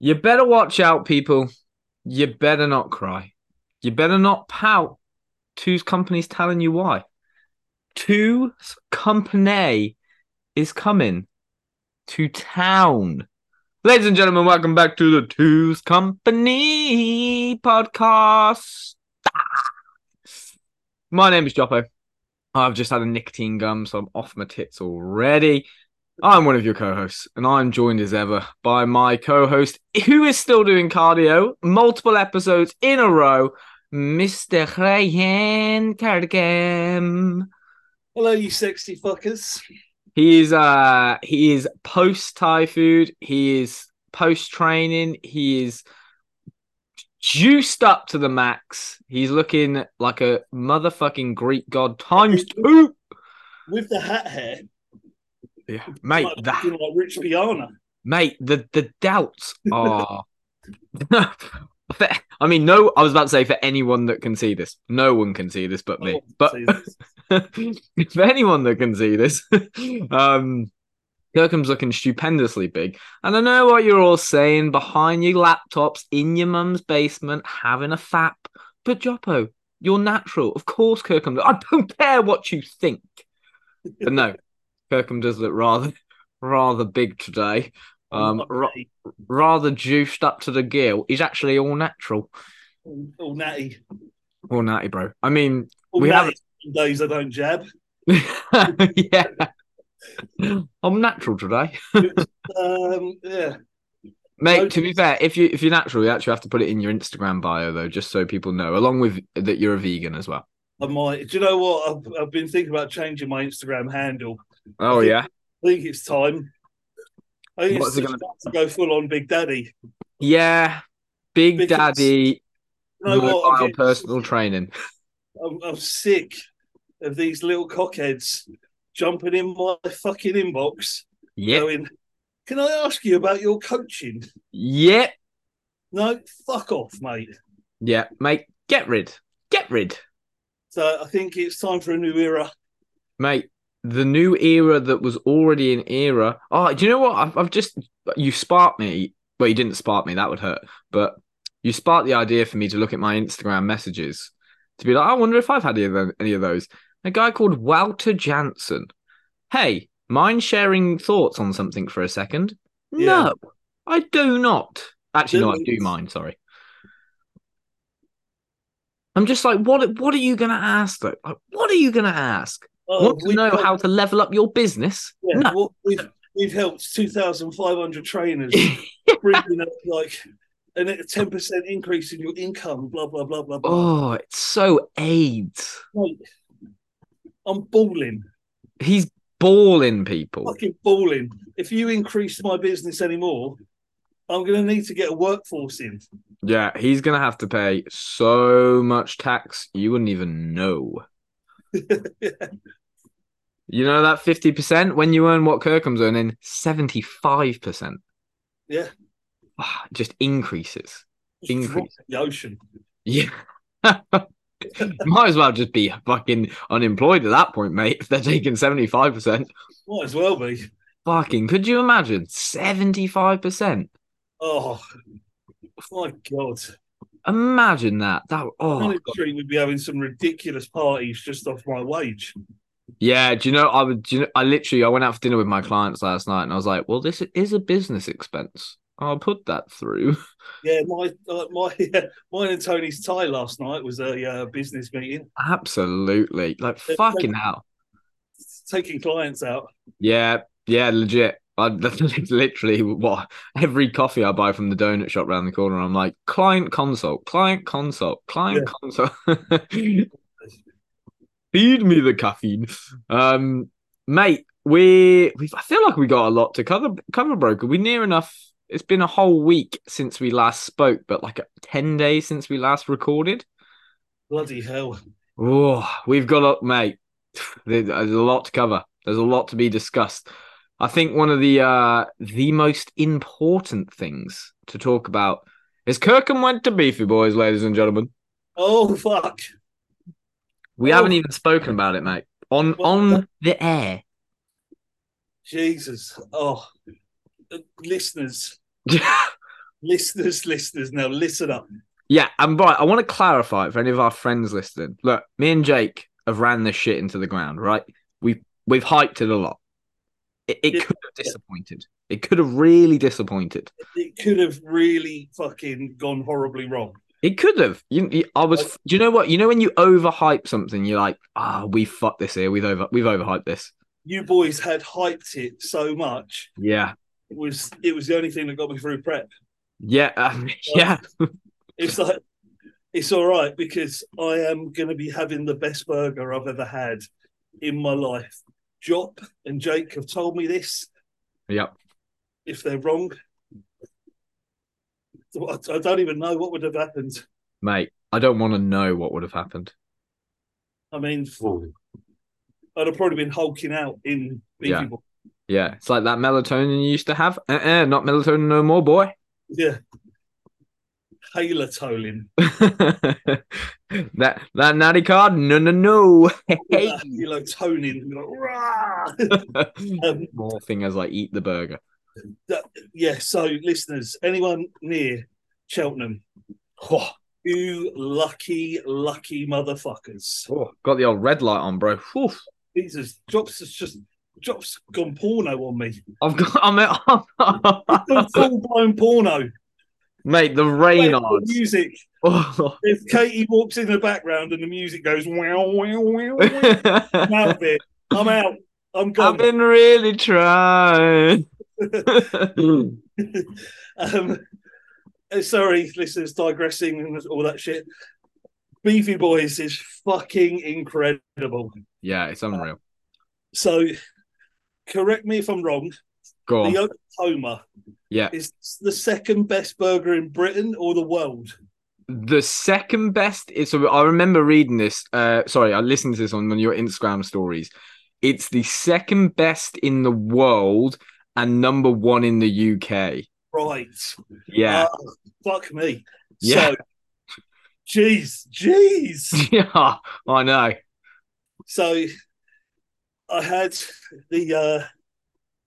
You better watch out, people. You better not cry. You better not pout. Two's company's telling you why. Two's company is coming to town. Ladies and gentlemen, welcome back to the Two's Company podcast. My name is Joppo. I've just had a nicotine gum, so I'm off my tits already. I'm one of your co-hosts, and I'm joined as ever by my co-host, who is still doing cardio, multiple episodes in a row, Mr. Ryan Cardigan. Hello, you sexy fuckers. He is uh he is post Thai food, he is post training, he is juiced up to the max. He's looking like a motherfucking Greek god times two. With the hat hair, Yeah, mate, like, that looking like Rich Rihanna. mate the the doubts are i mean no i was about to say for anyone that can see this no one can see this but I me want to but Oh, see this. for anyone that can see this um Kirkham's looking stupendously big. And I know what you're all saying behind your laptops in your mum's basement having a fap. But Joppo, you're natural. Of course, Kirkham. I don't care what you think. But no, Kirkham does look rather, rather big today. Um, All ra- natty. rather juiced up to the gill. He's actually all natural. all, all natty. All natty, bro. I mean, All We natty some days I don't jab. yeah. I'm natural today, Um, yeah, mate. No To be juice. fair, if you if you're natural, you actually have to put it in your Instagram bio though, just so people know, along with that you're a vegan as well. I might. Do you know what? I've, I've been thinking about changing my Instagram handle. Oh think- yeah, I think it's time. I think What's it's it gonna- time to go full on Big Daddy. yeah. Big Because- Daddy You know what? I'm mobile getting- personal training. I'm, I'm sick of these little cockheads jumping in my fucking inbox, Yep, going, "Can I ask you about your coaching?" yep, No, fuck off, mate. yep, mate. Get rid, get rid, So I think it's time for a new era. mate. The new era that was already an era. Oh, do you know what? I've, I've just you sparked me. Well, you didn't spark me. That would hurt. But you sparked the idea for me to look at my Instagram messages to be like, I wonder if I've had any of, them, any of those. A guy called Walter Jansen. Hey, mind sharing thoughts on something for a second? Yeah. No, I do not. Actually, no, I do Didn't. mind. Sorry. I'm just like, what? What are you gonna ask though? Like, what are you gonna ask? Want to Oh, we've know helped- how to level up your business? yeah, No. well, we've, we've helped 2,500 trainers bringing up like an, a 10% increase in your income, blah, blah, blah, blah, blah. oh, it's so AIDS. Mate, I'm balling, He's balling people. fucking balling. If you increase my business anymore, I'm going to need to get a workforce in. Yeah, he's gonna have to pay so much tax you wouldn't even know. You know that fifty percent when you earn what Kirkham's earning, seventy five percent. Yeah. Ah, Just increases. Just drop Increase. it in the ocean. Yeah. Might as well just be fucking unemployed at that point, mate. If they're taking seventy five percent, Might as well be. fucking could you imagine seventy five percent? Oh, my God. Imagine that. That oh, Monetary would be having some ridiculous parties just off my wage. Yeah, do you know I would do you know, I literally I went out for dinner with my clients last night and I was like, well, this is a business expense. I'll put that through. Yeah, my uh, my yeah, mine and Tony's tie last night was a uh, business meeting, Absolutely. Like Yeah, fucking hell. taking clients out. Yeah, yeah, legit. I that's literally what every coffee I buy from the donut shop around the corner, I'm like, client consult, client consult, client consult. Feed me the caffeine. Um mate, we we I feel like we got a lot to cover cover broker. We near enough it's been a whole week since we last spoke, but like 10 days since we last recorded. Bloody hell! Oh, we've got a mate. There's a lot to cover. There's a lot to be discussed. I think one of the uh the most important things to talk about is Kirkham went to Beefy Boys, ladies and gentlemen. Oh fuck! We Oh. haven't even spoken about it, mate. On Well, on the air. Jesus! Oh, Uh, listeners, listeners, listeners, now listen up. Yeah, and right, I want to clarify for any of our friends listening. Look, me and Jake have ran this shit into the ground, right? We we've hyped it a lot. It, it Yeah. could have disappointed. It could have really disappointed. It could have really fucking gone horribly wrong. It could have. You, you- I was. Do you know what? You know when you overhype something, you're like, ah, we fucked this here. We've over, we've overhyped this. You boys had hyped it so much. Yeah, It was it was the only thing that got me through prep. yeah, um, yeah. It's like it's all right because I am going to be having the best burger I've ever had in my life. Jop and Jake have told me this. Yep. If they're wrong, I I don't even know what would have happened. Mate, I don't want to know what would have happened. I mean, I'd have probably been hulking out in Beefy Yeah. Boy. Yeah, it's like that melatonin you used to have. Uh, uh not melatonin no more, boy. Yeah. Halatonin. that that natty card, no, no, no. Hey. Halatonin. Like, "Rah!" um, More thing as I eat the burger. yeah, so listeners, anyone near Cheltenham, Oh, you lucky, lucky motherfuckers. oh, got the old red light on, bro. Oof. Jesus, Drops has just, Drops gone porno on me. I've got, I'm at, Full blown porno. mate. The Play rain the odds. music. Oh. If Katie walks in the background and the music goes, wow, wow, wow, wow, I'm I've out of here. I'm out. I'm gone. been really trying. Mm. Um, uh, sorry, listeners, digressing and all that shit. Beefy Boys is fucking incredible. yeah, it's unreal. So, correct me if I'm wrong. Go on. The Oklahoma Yeah. is the second best burger in Britain or the world. The second best is so I remember reading this. Uh, sorry, I listened to this on one of your Instagram stories. It's the second best in the world and number one in the UK. Right. Yeah. Uh, fuck me. Yeah. So, jeez, jeez. yeah, I know. so, I had the uh,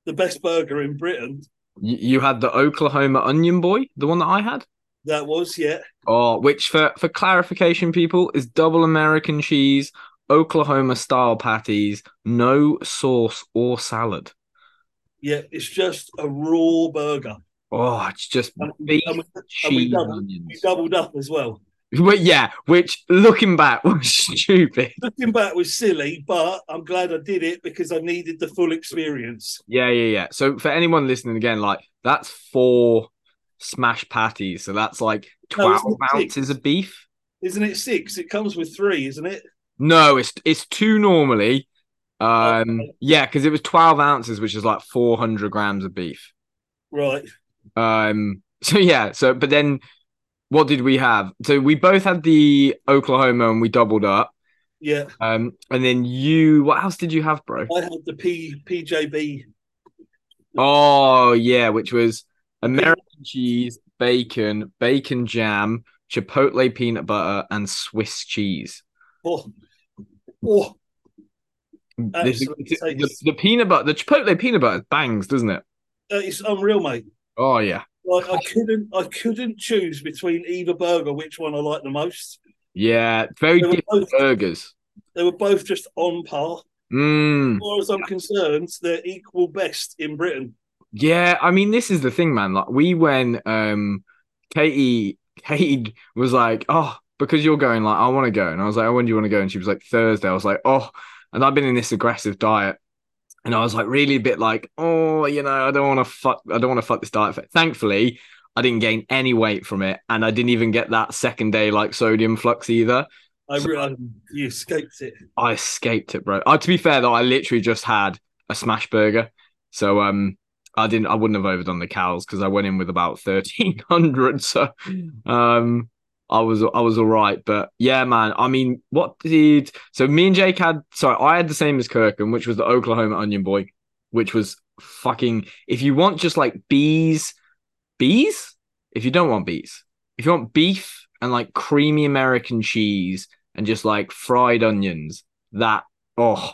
the best burger in Britain. You, you had the Oklahoma Onion Boy, the one that I had. That was, yeah. Oh, which for for clarification, people is double American cheese, Oklahoma style patties, no sauce or salad. Yeah, it's just a raw burger. Oh, it's just And- beef, and we- cheese, and double- onions. We doubled up as well. But yeah, which looking back was stupid. Looking back was silly, but I'm glad I did it because I needed the full experience. Yeah, yeah, yeah. So for anyone listening again, like that's four smash patties. So that's like No, it's twelve not six. ounces of beef. Isn't it six? It comes with three, isn't it? No, it's it's two normally. Um Okay. yeah, because it was twelve ounces, which is like four hundred grams of beef. Right. Um so yeah, so but then what did we have? So we both had the Oklahoma and we doubled up. Yeah. Um and then you what else did you have, bro? I had the P PJB. Oh yeah, which was American cheese, bacon, bacon jam, chipotle peanut butter, and Swiss cheese. Oh, oh This- Absolutely the, the, tasty. the peanut butter, the chipotle peanut butter bangs, doesn't it? uh, it's unreal, mate. Oh yeah, Like I couldn't I couldn't choose between either burger which one I liked the most. yeah, very They were different both burgers. they were both just on par. Mm. As far as I'm concerned, they're equal best in Britain. Yeah, I mean, this is the thing, man. Like we when um Katie Katie was like, Oh, because you're going, like, I want to go. And I was like, Oh, when do you want to go? And she was like, Thursday. I was like, Oh, and I've been in this aggressive diet. And I was like, really a bit like, oh, you know, I don't want to fuck, I don't want to fuck this diet. Thankfully, I didn't gain any weight from it, and I didn't even get that second day like sodium flux either. I So- realized you escaped it. I escaped it, bro. Uh, to be fair though, I literally just had a smash burger, so um, I didn't, I wouldn't have overdone the cows because I went in with about thirteen hundred, so um, I was, I was all right. But yeah, man, I mean, what did so me and Jake had? Sorry, I had the same as Kirkham, which was the Oklahoma Onion Boy, which was fucking. If you want just like bees, bees. If you don't want bees, if you want beef and like creamy American cheese and just like fried onions, that oh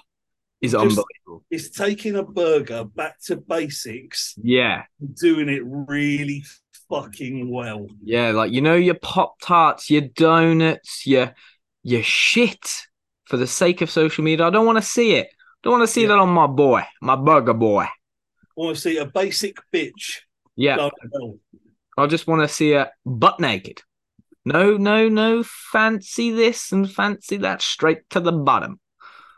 is Just- unbelievable. It's taking a burger back to basics Yeah, and doing it really fucking well. Yeah, like you know your Pop Tarts, your donuts, your your shit for the sake of social media. I don't want to see it. Don't want to see Yeah. that on my boy, my burger boy. Want to see a basic bitch Yeah. done well. I just want to see her butt naked. No, no, no fancy this and fancy that straight to the bottom.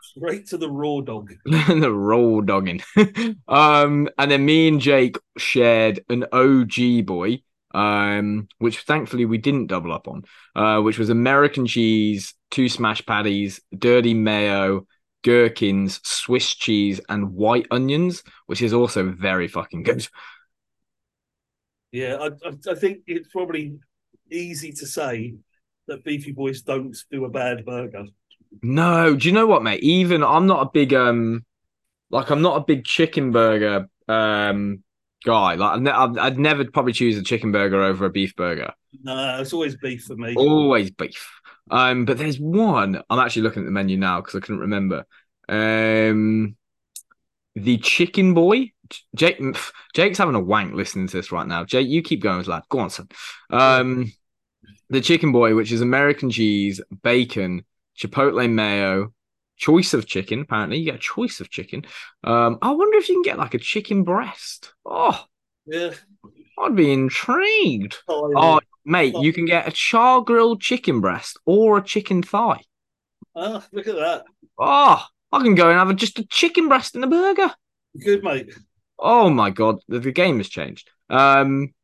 straight to the raw dog. the roll dogging. um, and then me and Jake shared an OG boy, um, which thankfully we didn't double up on, uh, which was American cheese, two smash patties, dirty mayo, gherkins, Swiss cheese, and white onions, which is also very fucking good. Yeah, I, I, I think it's probably easy to say that Beefy Boys don't do a bad burger. No, do you know what, mate? Even I'm not a big um, like I'm not a big chicken burger um guy. Like I've ne- I'd, I'd never probably choose a chicken burger over a beef burger. No, it's always beef for me. Always beef. Um, but there's one. I'm actually looking at the menu now because I couldn't remember. Um, the chicken boy. J- Jake, pff, Jake's having a wank listening to this right now. Jake, you keep going, lad. Go on, son. Um, the chicken boy, which is American cheese, bacon, chipotle mayo, choice of chicken. Apparently, you get a choice of chicken. Um, I wonder if you can get like a chicken breast. Oh, Yeah. I'd be intrigued. Oh, Oh, mate, you can get a char grilled chicken breast or a chicken thigh. ah, look at that. Oh, I can go and have a, just a chicken breast and a burger. Good, mate. Oh my god, the, the game has changed. Um,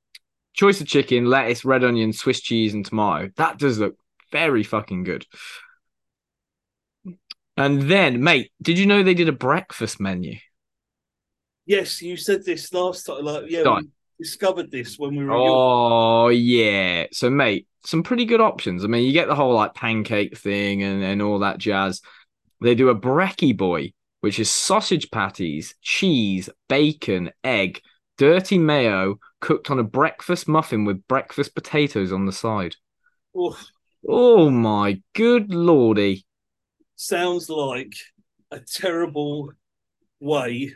choice of chicken, lettuce, red onion, Swiss cheese, and tomato. That does look very fucking good. And then, mate, did you know they did a breakfast menu? Yes, you said this last time. Like, yeah, we Done. discovered this when we were. in Europe. Oh yeah. So mate, some pretty good options. I mean, you get the whole like pancake thing and, and all that jazz. They do a brekkie boy, which is sausage patties, cheese, bacon, egg, dirty mayo, cooked on a breakfast muffin with breakfast potatoes on the side. Oof. Oh my good lordy. sounds like a terrible way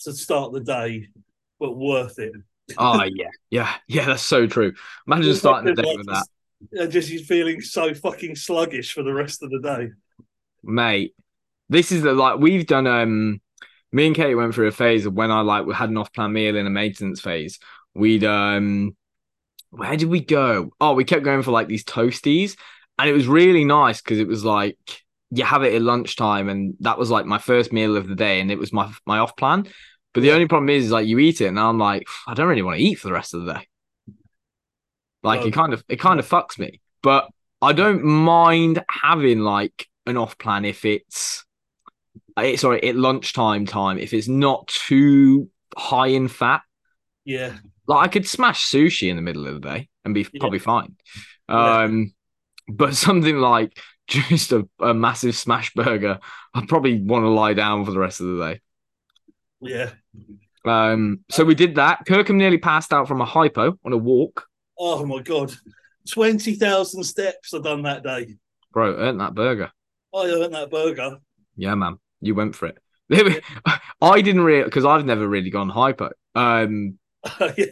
to start the day, but worth it. Oh yeah. Yeah. Yeah, that's so true. Imagine starting the day with that. And uh, just you feeling so fucking sluggish for the rest of the day. mate. This is the like we've done. Um, me and Kate went through a phase of when I like had an off-plan meal in a maintenance phase. We'd um, where did we go? Oh, we kept going for like these toasties, and it was really nice because it was like you have it at lunchtime, and that was like my first meal of the day, and it was my my off-plan. But the only problem is, is like you eat it, and I'm like, I don't really want to eat for the rest of the day. Like No. it kind of it kind of fucks me, but I don't mind having like an off plan if it's eh, sorry at lunchtime time if it's not too high in fat. Yeah. Like I could smash sushi in the middle of the day and be Yeah. probably fine. Yeah. Um, but something like just a, a massive smash burger, I probably want to lie down for the rest of the day. Yeah. Um, so we did that. Kirkham nearly passed out from a hypo on a walk. Oh my god. Twenty thousand steps I've done that day. Bro, earned that burger. I earned that burger. Yeah, man, you went for it. I didn't really because I've never really gone hypo. Um, yeah.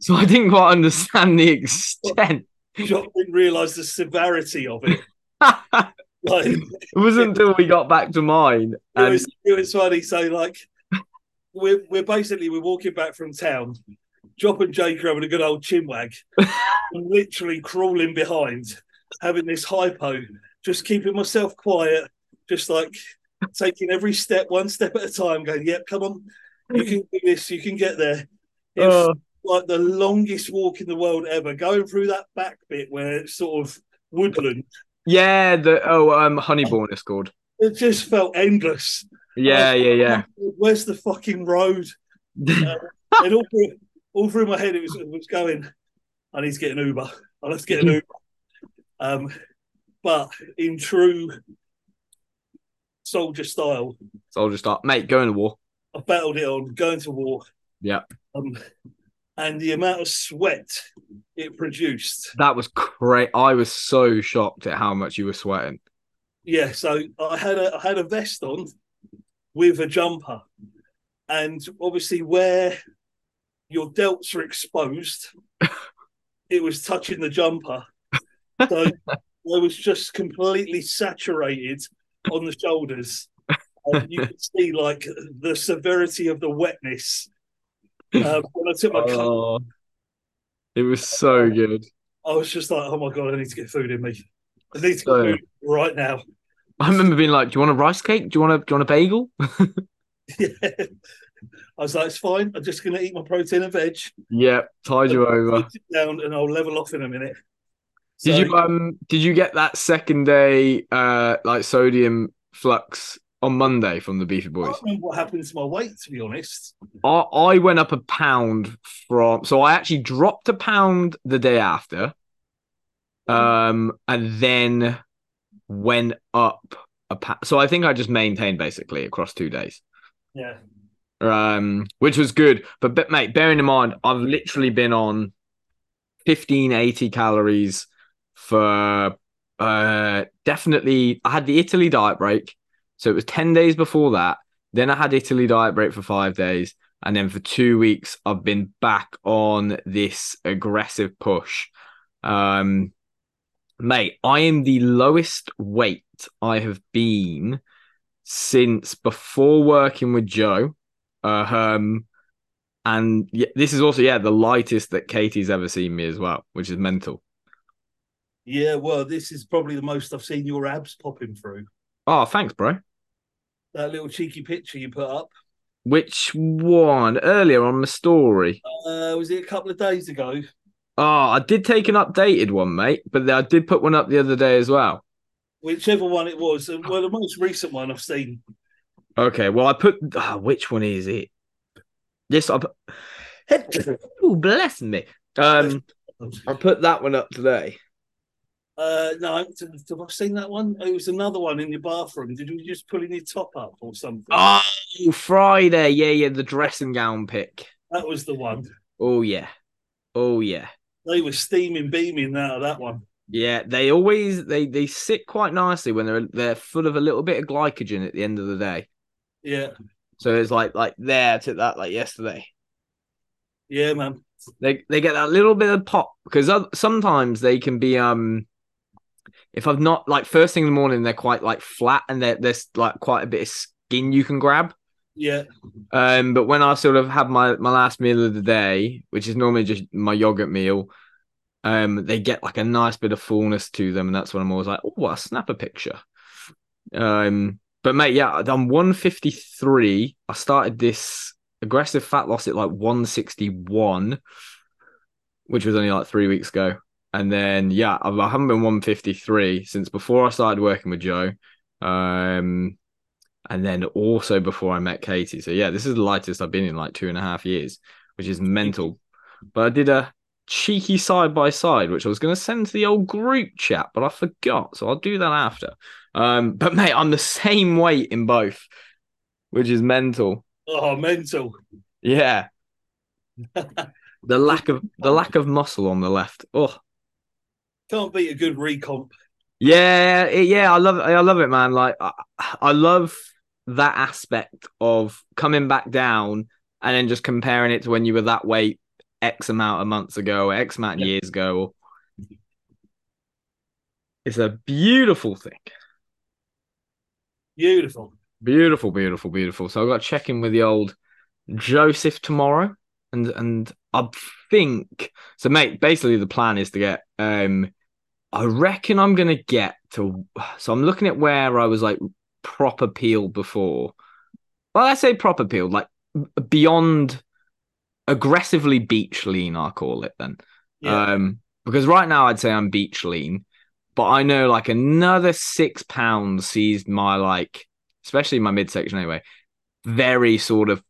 so I didn't quite understand the extent. Jock didn't realise the severity of it. it Like it wasn't until we got back to mine. And, was it was funny. So like we're we're basically we're walking back from town. Jock and Jake are having a good old chinwag. I'm literally crawling behind, having this hypo, just keeping myself quiet, just like taking every step one step at a time, going, Yep, come on, you can do this, you can get there. It was Uh, like the longest walk in the world ever, going through that back bit where it's sort of woodland. yeah, the oh um Honeyborn is called. It just felt endless. Yeah, Oh, yeah, Where's the fucking road? yeah. And all through, all through my head, it was, it was going, I need to get an Uber. I'll have Mm-hmm. to get an Uber. Um, but in true soldier style, so I'll just start, mate, go in the war. I battled it on, going to war. Yeah. Um, and the amount of sweat it produced. That was great. I was so shocked at how much you were sweating. Yeah. So I had a I had a vest on with a jumper, and obviously where Your delts are exposed. it was touching the jumper. So I was just completely saturated on the shoulders. And you could see like the severity of the wetness. Um, when I took my coat, Oh, it was so good. I was just like, oh my God, I need to get food in me. I need to get So- food right now. I remember being like, "Do you want a rice cake? Do you want a do you want a bagel?" Yeah. I was like, it's fine. I'm just going to eat my protein and veg. Yep, tide you over. Sit down and I'll level off in a minute. So- Did you um did you get that second day uh like sodium flux on Monday from the Beefy I Boys? don't remember what happened to my weight, to be honest. I, I went up a pound from so I actually dropped a pound the day after. Um and then went up a pound. So I think I just maintained basically across two days. Yeah. Um which was good. But, but mate, bearing in mind I've literally been on 1580 calories for uh definitely I had the Italy diet break. So it was 10 days before that. Then I had Italy diet break for five days. And then for two weeks, I've been back on this aggressive push. Um, mate, I am the lowest weight I have been since before working with Joe. Uh, um, and yeah, this is also, yeah, the lightest that Katie's ever seen me as well, which is mental. Yeah, well, this is probably the most I've seen your abs popping through. Oh, thanks, bro. That little cheeky picture you put up. Which one earlier on the story? Uh, was it a couple of days ago? Oh, I did take an updated one, mate, but I did put one up the other day as well. Whichever one it was. And well, the most recent one I've seen. Okay, well, I put ah, which one is it? This I Uh, put, oh, bless me. Um, I put that one up today. Uh, no, have I seen that one? It was another one in your bathroom. Did you just pulling your top up or something? Oh, Friday, yeah, yeah, the dressing gown pick. That was the one. Oh yeah, oh yeah, They were steaming, beaming out of that one. yeah. They always they they sit quite nicely when they're they're full of a little bit of glycogen at the end of the day. Yeah, So it's like like there, I took that like yesterday. yeah, man. they they get that little bit of pop because oth- sometimes they can be um if i've not like first thing in the morning they're quite like flat and there- there's like quite a bit of skin you can grab Yeah, um but when i sort of have my my last meal of the day which is normally just my yogurt meal um they get like a nice bit of fullness to them and that's when i'm always like oh i'll snap a picture um but mate yeah i'm 153 i started this aggressive fat loss at like 161 which was only like three weeks ago. And then yeah, I've, I haven't been 153 since before I started working with Joe, um, and then also before I met Katie. So yeah, this is the lightest I've been in like two and a half years, which is mental. But I did a cheeky side by side, which I was going to send to the old group chat, but I forgot, so I'll do that after. Um, but mate, I'm the same weight in both, which is mental. oh, mental. Yeah. the lack of the lack of muscle on the left. Oh, Can't beat a good recomp. yeah, it- yeah. I love it. I love it, man. Like I, I love that aspect of coming back down and then just comparing it to when you were that weight X amount of months ago, or X amount of Yeah. years ago. It's a beautiful thing. Beautiful. Beautiful, beautiful, beautiful. So I've got to check in with the old Joseph tomorrow, and and I think so, mate. Basically, the plan is to get. um I reckon I'm gonna get to. So I'm looking at where I was like proper peeled before. Well, I say proper peeled, like beyond aggressively beach lean. I call it then. Yeah. Um, because right now I'd say I'm beach lean, but I know like another six pounds sees my like, especially my midsection anyway, very sort of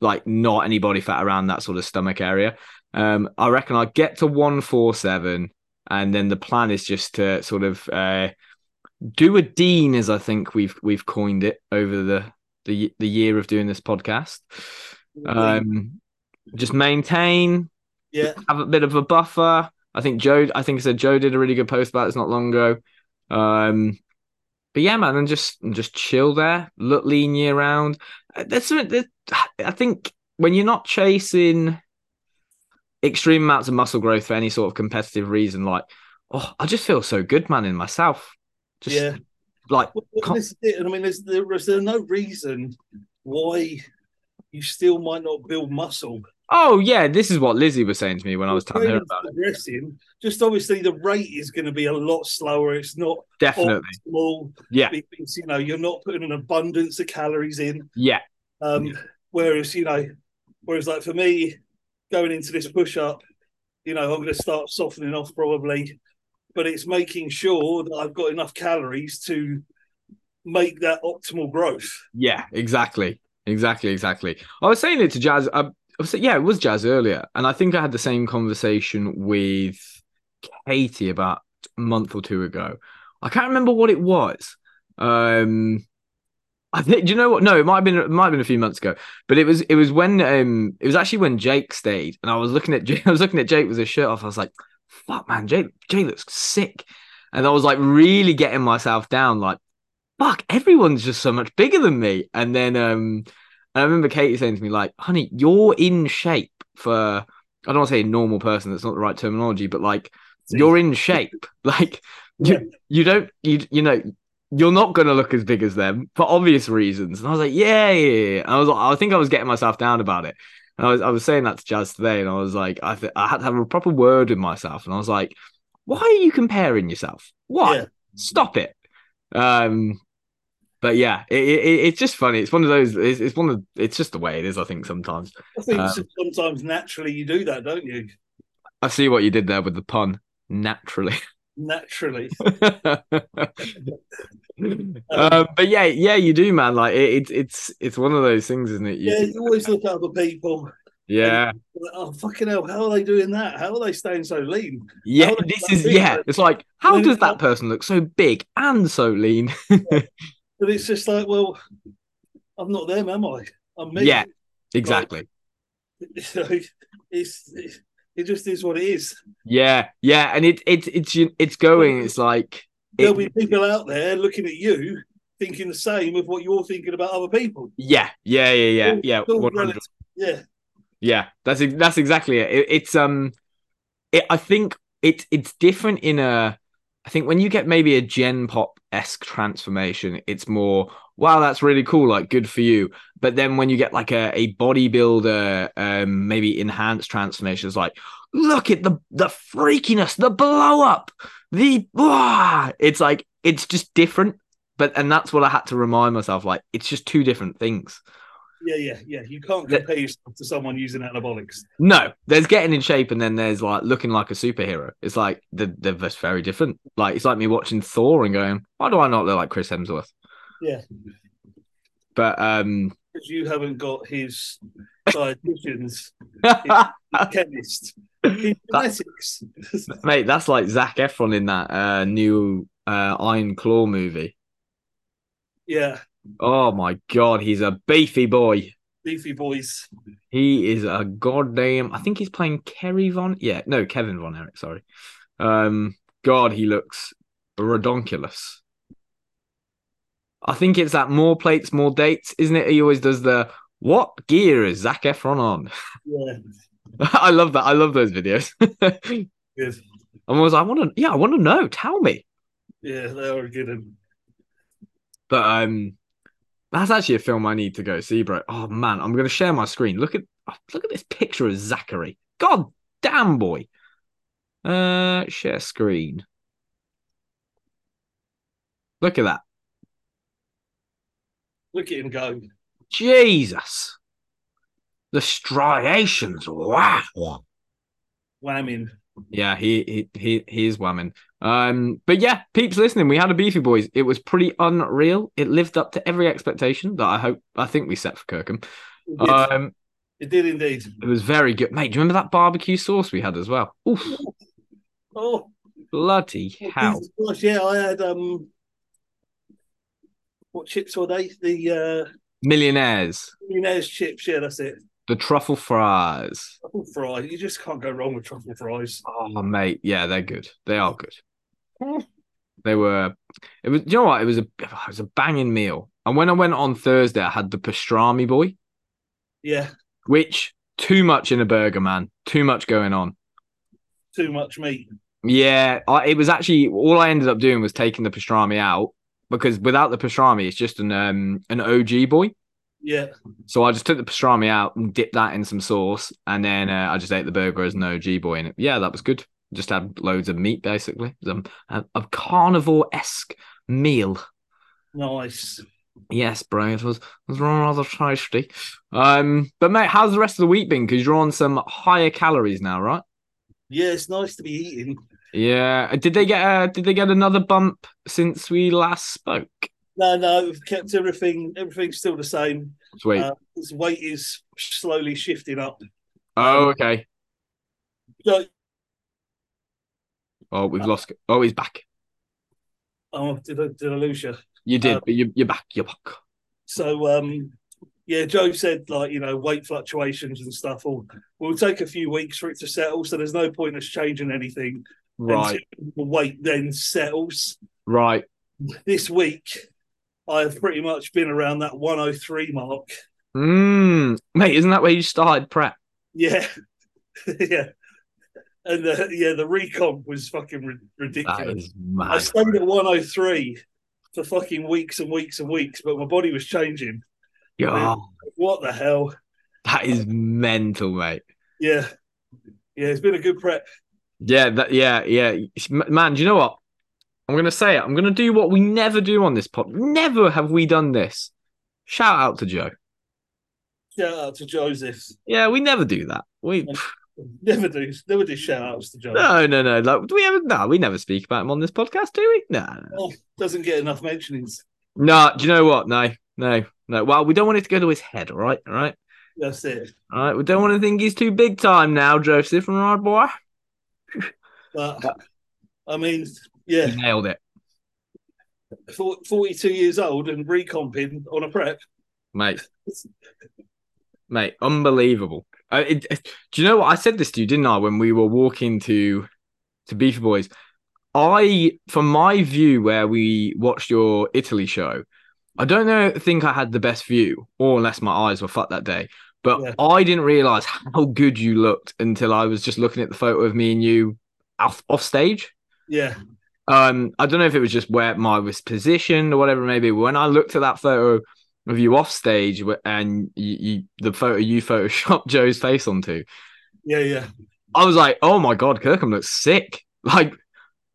like not any body fat around that sort of stomach area. Um, I reckon I'll get to 147, and then the plan is just to sort of uh, do a dean, as I think we've we've coined it over the the y- the year of doing this podcast. Um, just maintain, yeah. have a bit of a buffer. I think Joe, I think I said Joe did a really good post about this not long ago. Um, but yeah, man, and just and just chill there, look lean year round. Uh, There's, some- there's I think when you're not chasing extreme amounts of muscle growth for any sort of competitive reason. Like, oh, I just feel so good, man, in myself. Just yeah. like Well, well, Can't- this is it. And I mean, there's, there's there's no reason why you still might not build muscle. Oh yeah, this is what Lizzie was saying to me when I was telling her Training's about it. progressing. Just obviously the rate is going to be a lot slower. It's not Definitely. optimal Yeah. because you know you're not putting an abundance of calories in. Yeah. Um, Whereas you know, whereas like for me, going into this push up, you know, I'm going to start softening off probably, but it's making sure that I've got enough calories to make that optimal growth. Yeah. Exactly. Exactly. Exactly. I was saying it to Jazz. uh, I, I was saying, yeah, it was Jazz earlier, and I think I had the same conversation with Katie about a month or two ago. I can't remember what it was. Um, I think. Do you know what? No, it might have been. It might have been a few months ago. But it was. It was when. Um, it was actually when Jake stayed, and I was looking at. Jake- I was looking at Jake with his shirt off. I was like, "Fuck, man, Jake. Jake looks sick," and I was like, really getting myself down. Like, fuck, everyone's just so much bigger than me. And then, um, and I remember Katie saying to me, like, "Honey, you're in shape for." I don't want to say normal person. That's not the right terminology, but like you're in shape. Like you, Yeah. you don't you you know you're not gonna look as big as them for obvious reasons. And I was like, yeah, yeah, yeah. And I was like, I think I was getting myself down about it. And I was I was saying that to Jazz today, and I was like, I th- I had to have a proper word with myself, and I was like, why are you comparing yourself? Why? Yeah. Stop it. Um. But yeah, it, it, it- it's just funny. It's one of those. It's, it's one of. It's just the way it is. I think sometimes. I think Um, sometimes naturally you do that, don't you? I see what you did there with the pun. Naturally. Naturally. um, but yeah, yeah, you do, man. Like it, it's it's it's one of those things, isn't it? You- Yeah, you always look at other people. yeah, Like, oh fucking hell! How are they doing that? How are they staying so lean? yeah. How does This that is feel? yeah. It's like how When- does that person look so big and so lean? But it's just like, well, I'm not them, am I? I'm me. Yeah. Exactly. it's it, it just is what it is. Yeah, yeah. And it it's it's it's going. It's like There'll it- be people out there looking at you thinking the same of what you're thinking about other people. yeah, yeah, yeah, yeah, It's yeah. all 100. relative. Yeah, Yeah, that's ex- that's exactly it. It- It's um, it, I think it's it's different in a. I think when you get maybe a Gen Pop esque transformation, it's more wow, that's really cool, like good for you. But then when you get like a, a bodybuilder, um, maybe enhanced transformation, it's like look at the the freakiness, the blow up, the ah. It's like it's just different. But and that's what I had to remind myself, like it's just two different things. yeah, yeah, yeah. You can't Yeah. compare yourself to someone using anabolics. No, there's getting in shape and then there's like looking like a superhero. It's like they're, they're just very different. Like it's like me watching Thor and going, why do I not look like Chris Hemsworth? Yeah. But um, because you haven't got his dietitians, chemist, his genetics. mate, that's like Zach Efron in that uh, new uh, Iron Claw movie. yeah, Oh my god, he's a beefy boy. beefy boys. He is a goddamn. I think he's playing Kerry Von. Yeah, no, Kevin Von Eric. Sorry. Um, God, he looks redonkulous. I think it's that more plates, more dates, isn't it? He always does the what gear is Zach Efron on? Yeah, I love that. I love those videos. I'm good. always. I want to. Yeah, I want to know. Tell me. Yeah, they are good. And But um, that's actually a film I need to go see, bro. Oh man, I'm gonna share my screen. Look at oh, look at this picture of Zachary. God damn boy. Uh, share screen. Look at that. look at him go. Jesus. The striations. Wow. Whamming. Yeah, he he he he is whamming. Um, but yeah, peeps listening, we had a beefy boys. It was pretty unreal. It lived up to every expectation that I hope I think we set for Kirkham. It did, Um, it did indeed. It was very good, mate. Do you remember that barbecue sauce we had as well? Oof, Oh, bloody hell! Jesus Christ, yeah, I had um, what chips were they? The uh, Millionaires, millionaires chips. Yeah, that's it. the truffle fries. Truffle fry. You just can't go wrong with truffle fries. Oh, mate, yeah, they're good. They are good. They were. It was. You know what? It was a. It was a banging meal. And when I went on Thursday, I had the pastrami boy, Yeah, which Too much in a burger, man. Too much going on. Too much meat. Yeah, I, it was actually all I ended up doing was taking the pastrami out because without the pastrami, it's just an um an OG boy. Yeah. So I just took the pastrami out and dipped that in some sauce, and then uh, I just ate the burger as an OG boy, and it, yeah, that was good. Just had loads of meat basically, It was, um, a, a carnivore esque meal. Nice. Yes, bro, it was it was rather tasty. Um, but mate, how's the rest of the week been? Because you're on some higher calories now, right? Yeah, it's nice to be eating. Yeah. Did they get uh, did they get another bump since we last spoke? No, no, we've kept everything. Everything's still the same. Sweet. Uh, His weight is slowly shifting up. oh, okay. No, Oh, we've lost. Oh, he's back. oh, did I, did I lose you? You did, Um, but you, you're back. You're back. So, um, yeah, Joe said like you know weight fluctuations and stuff. Will will take a few weeks for it to settle. So there's no point in us changing anything Right, until the weight then settles. right. This week, I have pretty much been around that 103 mark. Mm. Mate, isn't that where you started prep? Yeah, yeah, and the, yeah, the recomp was fucking ri- That ridiculous. is mad. I stayed at 103 for fucking weeks and weeks and weeks, but my body was changing. Oh, What the hell? that is mental, mate. Yeah. Yeah, it's been a good prep. Yeah, that, yeah, yeah. It's- m- Man, do you know what? I'm gonna say it. I'm gonna do what we never do on this pod. Never have we done this. Shout out to Joe. Shout out to Joseph. Yeah, we never do that. We Never do never do shout outs to Joseph. no, no, no. Like, do we ever? No, we never speak about him on this podcast, do we? No, no. Doesn't get enough mentionings. No, do you know what? No, no, no. Well, we don't want it to go to his head, all right? All right. That's it. All right. We don't want to think he's too big time now, Joseph and our boy. But I mean, He yeah, nailed it, for- 42 years old and recomping on a prep. mate. Mate, unbelievable. Uh, it, it- do you know what? I said this to you, didn't I, when we were walking to to Beefy Boys? I, from my view, where we watched your Italy show, I don't know. Think I had the best view, or unless my eyes were fucked that day. But Yeah. I didn't realize how good you looked until I was just looking at the photo of me and you off off stage. Yeah. Um, I don't know if it was just where my was positioned or whatever. Maybe when I looked at that photo of you off stage wh- and you, you the photo you photoshopped Joe's face onto, Yeah, yeah. I was like, oh my god, Kirkham looks sick. Like,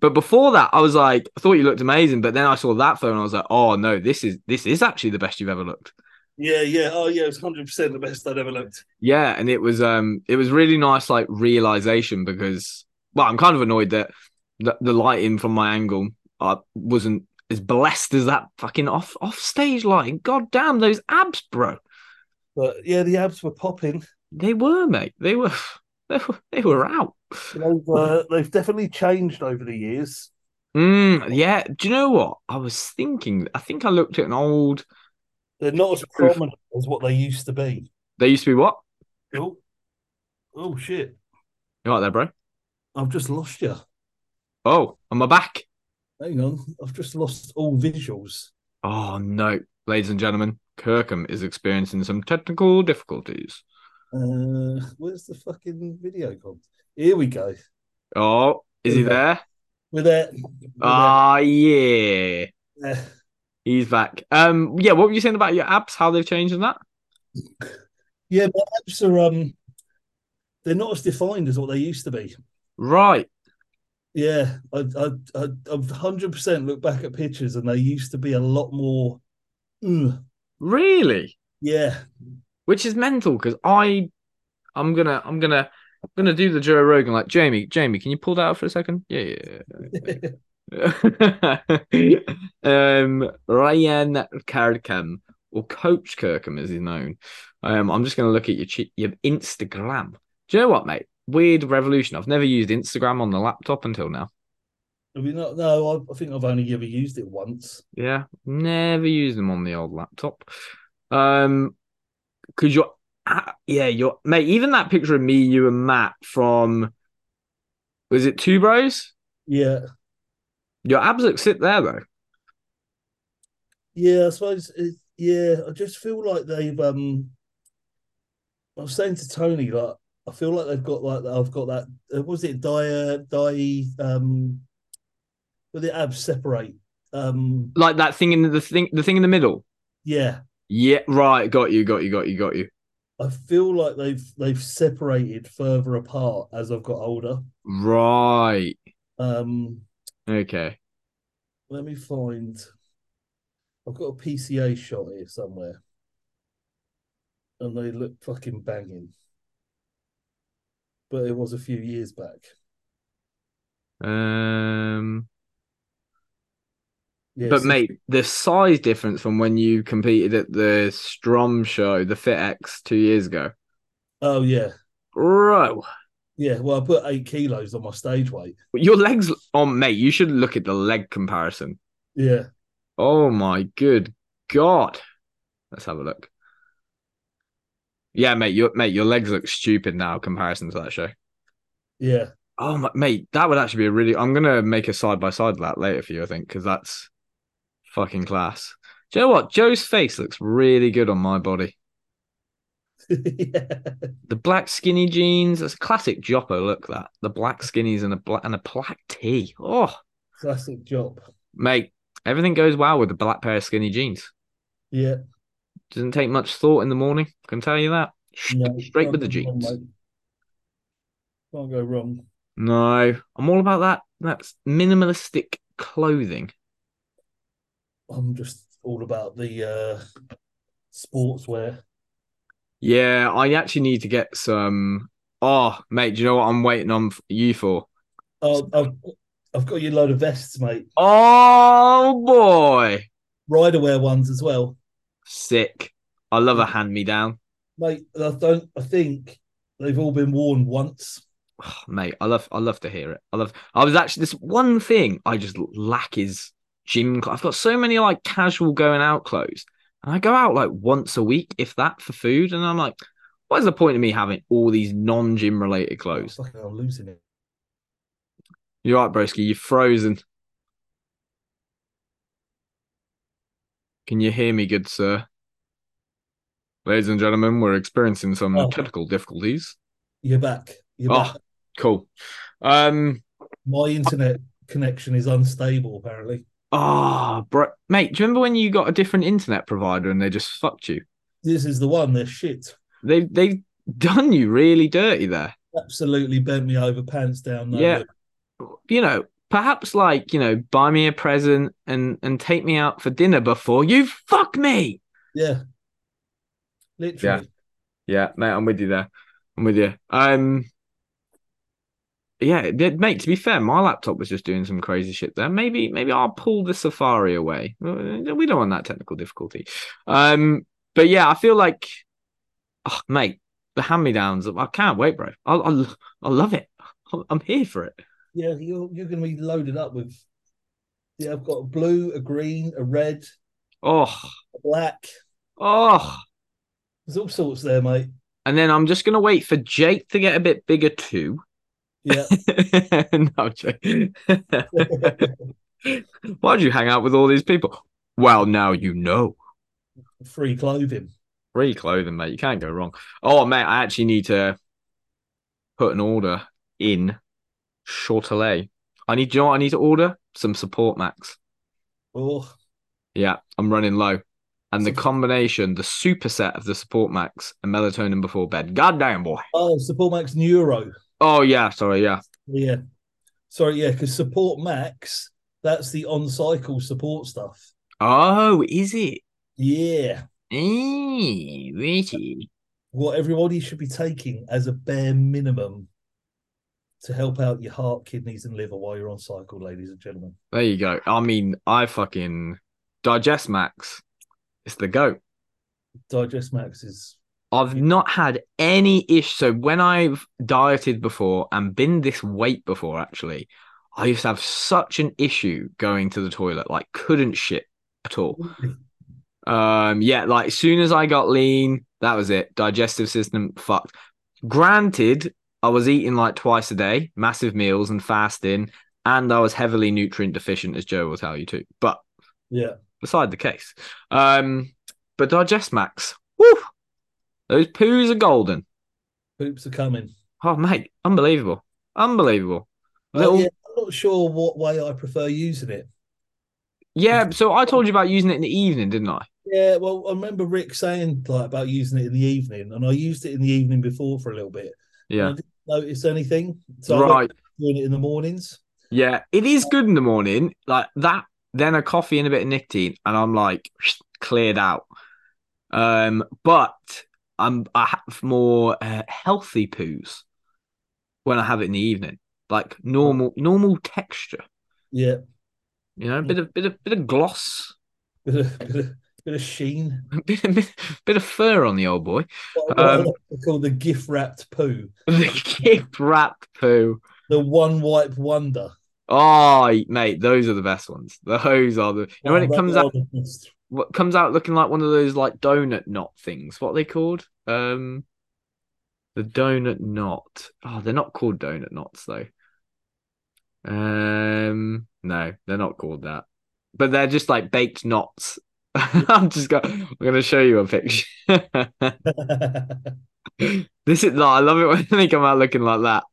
but before that, I was like, I thought you looked amazing. But then I saw that photo and I was like, oh no, this is this is actually the best you've ever looked. Yeah, yeah. Oh yeah, it was 100 percent the best I'd ever looked. Yeah, and it was um it was really nice like realization because well I'm kind of annoyed that the, the lighting from my angle uh, wasn't as blessed as that fucking off off stage lighting. God damn those abs, bro. But yeah, the abs were popping. They were, mate. They were they were, they were out. They've, uh, they've definitely changed over the years. Mm, yeah. Do you know what? I was thinking I think I looked at an old They're not as prominent as what they used to be. they used to be what? Oh, oh shit! You right there, bro? I've just lost you. Oh, on my back. Hang on, I've just lost all visuals. Oh no, ladies and gentlemen, Kirkham is experiencing some technical difficulties. Uh, where's the fucking video gone? Here we go. Oh, is he Yeah. there? We're there. We're Ah, yeah, there. he's back. Um, yeah, what were you saying about your abs? How they've changed and that? yeah, but abs are um, they're not as defined as what they used to be. Right. Yeah, I I I I've hundred percent look back at pictures and they used to be a lot more. Mm, Really? yeah, Which is mental because I, I'm gonna, I'm gonna, I'm gonna do the Joe Rogan like Jamie. Jamie, can you pull that out for a second? Yeah, yeah. yeah. um, Ryan Kirkham or Coach Kirkham, as he's known. Um, I'm just gonna look at your che- your Instagram. Do you know what, mate? Weird revolution. I've never used Instagram on the laptop until now. I mean, not, no, I, I think I've only ever used it once. Yeah, never use them on the old laptop. Um, because you're, ah, yeah, you're, mate, even that picture of me, you, and Matt from, was it Two Bros? Yeah. Your abs look sick there, though. Yeah, I suppose. It, yeah, I just feel like they've um, I was saying to Tony, like, I feel like they've got like I've got that. uh, what Was it dire die? Um, where the abs separate. Um, Like that thing in the, the thing, the thing in the middle. yeah, Yeah, right. Got you. Got you. Got you. Got you. I feel like they've they've separated further apart as I've got older. Right. Um, Okay. let me find. I've got a PCA shot here somewhere, and they look fucking banging. But it was a few years back. Um. Yeah, but so- mate, the size difference from when you competed at the Strom show, the FitX two years ago, oh yeah, bro. yeah. Well, I put eight kilos on my stage weight. Your legs on, mate. You should look at the leg comparison. Yeah. Oh my good god. Let's have a look. Yeah, mate. Your mate, your legs look stupid now comparison to that show. Yeah, Oh my, mate, that would actually be a really. I'm gonna make a side by side of that later for you, I think, because that's fucking class. Do you know what? Joe's face looks really good on my body. yeah, The black skinny jeans. That's a classic Joppa look. That the black skinnies and a black and a black tee. Oh, classic job. mate, everything goes well with a black pair of skinny jeans. Yeah, Doesn't take much thought in the morning. Can tell you that. no, Straight can't with the go wrong, jeans. mate. Can't go wrong. No, I'm all about that. That's minimalistic clothing. I'm just all about the uh sportswear. Yeah, I actually need to get some. Oh, mate, do you know what I'm waiting on f- you for? Oh, I've, I've got you a load of vests, mate. Oh boy, Rider wear ones as well, sick! I love a hand me down, mate. I don't. I think they've all been worn once. mate. I love, I love to hear it. I love. I was actually this one thing I just lack is gym. cl- I've got so many like casual going out clothes, and I go out like once a week, if that, for food, and I'm like, what is the point of me having all these non gym related Oh, clothes? fucking, I'm losing it. You're right, broski. You're frozen. Can you hear me, good sir? Ladies and gentlemen, we're experiencing some Oh. technical difficulties. You're back. You're Oh. back. Cool. Um. My internet connection is unstable, apparently. Ah, bro, mate. Do you remember when you got a different internet provider and they just fucked you? This is the one. They're shit. They they done you really dirty there. Absolutely bent me over, pants down. No Yeah. look. You know, perhaps like you know, buy me a present and and take me out for dinner before you fuck me. Yeah. Literally. Yeah, mate, I'm with you there. I'm with you. Um, yeah, it did- mate. To be fair, my laptop was just doing some crazy shit there. Maybe, maybe I'll pull the Safari away. Uh, We don't want that technical difficulty. Um, but yeah, I feel like, oh, mate, the hand-me-downs. I can't wait, bro. I, I, I love it. I'm- I'm here for it. Yeah, you're you're going to be loaded up with. Yeah, I've got a blue, a green, a red, Oh, a black. oh. There's all sorts there, mate. And then I'm just gonna wait for Jake to get a bit bigger too. Yeah, no, Jake. Why'd you hang out with all these people? Well, now you know. free clothing. Free clothing, mate. You can't go wrong. Oh, mate, I actually need to put an order in Châtelet. I need, do you know what I need to order? Some support max. Oh, Yeah, I'm running low. And the Support- combination, the superset of the support max and melatonin before bed. Goddamn, boy. oh, support max neuro. Oh, yeah. Sorry. Yeah. Yeah, sorry, yeah, because support max. That's the on cycle support stuff. Oh, is it? Yeah, Eh, really? what everybody should be taking as a bare minimum to help out your heart, kidneys, and liver while you're on cycle, ladies and gentlemen. There you go. I mean, I fucking digest max. It's the goat. Digest max is I've not had any ish. So when I've dieted before and been this weight before, actually, I used to have such an issue going to the toilet. Like, couldn't shit at all. Um, yeah, like as soon as I got lean, that was it. Digestive system fucked. Granted, I was eating like twice a day, massive meals and fasting, and I was heavily nutrient deficient, as Joe will tell you too. But yeah. beside the case. Um, but digest max. Woo! Those poos are golden. Poops are coming. Oh, mate, unbelievable. Unbelievable. Little, Well, Oh, yeah, I'm not sure what way I prefer using it. yeah, so I told you about using it in the evening, didn't I? Yeah, well, I remember Rick saying like about using it in the evening, and I used it in the evening before for a little bit. Yeah. Notice anything? So I right. went doing it in the mornings. Yeah, it is good in the morning, like that. Then a coffee and a bit of nicotine, and I'm like cleared out. Um, but I'm I have more uh, healthy poos when I have it in the evening, like normal normal texture. Yeah, You know, bit of bit of bit of gloss, bit of, bit of, bit of sheen. bit of bit, bit of fur on the old boy. What, what I Um, like to call the gift wrapped poo, The gift wrap poo. the one wipe wonder. Oh, mate, those are the best ones. Those are the. You know, when it They comes are out, the best. what comes out looking like one of those like donut knot things. What are they called? Um, the donut knot. Oh, they're not called donut knots though. Um, no, they're not called that. But they're just like baked knots. I'm just going. I'm going to show you a picture. this is. No, I love it when they come out looking like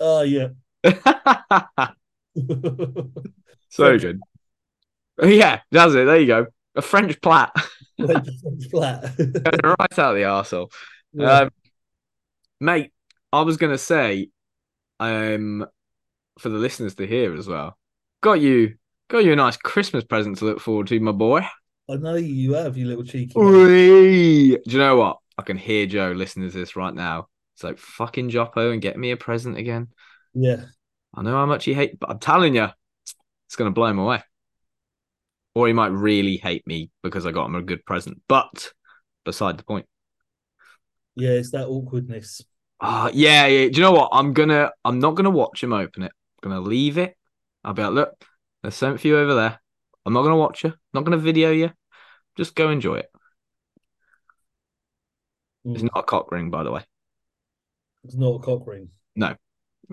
oh yeah. that. Like so good. Oh, Yeah, that's it. There you go. A French plat the flat. right out of the arsehole. Yeah. Um, mate, I was gonna say, um, for the listeners to hear as well, got you, got you a nice Christmas present to look forward to, my boy. I know you have, you little cheeky. man. Whee! Do you know what? I can hear Joe listening to this right now. It's like fucking Joppo and get me a present again. Yeah. I know how much he hates, but I'm telling you, it's gonna blow him away. Or he might really hate me because I got him a good present. But beside the point. Yeah, it's that awkwardness. Ah, yeah, yeah. Do you know what? I'm gonna, I'm not gonna watch him open it. I'm gonna leave it. I'll be like, look, there's something for you over there. I'm not gonna watch you. not gonna video you. Just go enjoy it. It's Mm, not a cock ring, by the way. It's not a cock ring.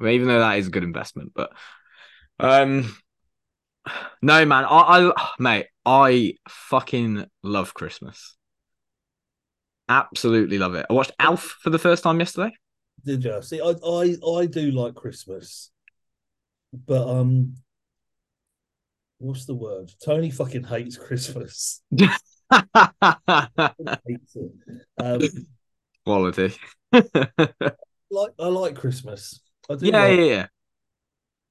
Even though that is a good investment, but um, no, man. I, I, mate, I fucking love Christmas. Absolutely love it. I watched Alf for the first time yesterday. Did you see? I, I I do like Christmas, but um, what's the word? Tony fucking hates Christmas. Hates it. Um, Quality. like I like Christmas. I do. yeah, like, yeah, yeah.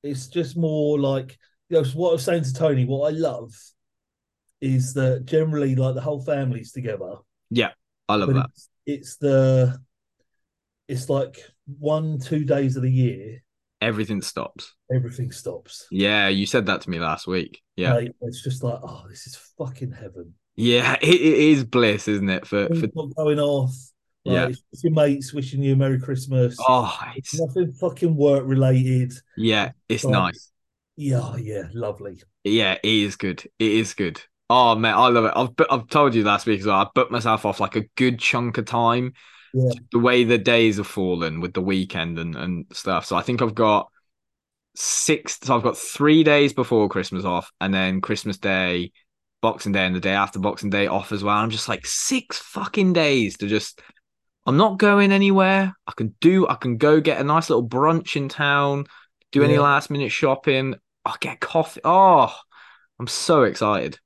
It's just more like you know, what I was saying to Tony. What I love is that generally, like the whole family's together. I love but that. It's, it's the it's like one two days of the year Everything stops. everything stops. Yeah, you said that to me last week. Yeah. Like, it's just like oh, this is fucking heaven. Yeah, it, it is bliss, isn't it? For for Things not going off. Like, Yeah. it's just your mates wishing you a Merry Christmas. oh, it's Nothing fucking work related. yeah, it's Like, nice. Yeah, oh, yeah, lovely. Yeah, it is good. It is good. Oh man, I love it. I've bu- I've told you last week as well. I booked myself off like a good chunk of time. Yeah. The way the days have fallen with the weekend and and stuff. So I think I've got six. So I've got three days before Christmas off, and then Christmas Day, Boxing Day, and the day after Boxing Day off as well. I'm just like six fucking days to just. I'm not going anywhere. I can do. I can go get a nice little brunch in town. Do any Yeah. last minute shopping. I get coffee. Oh, I'm so excited.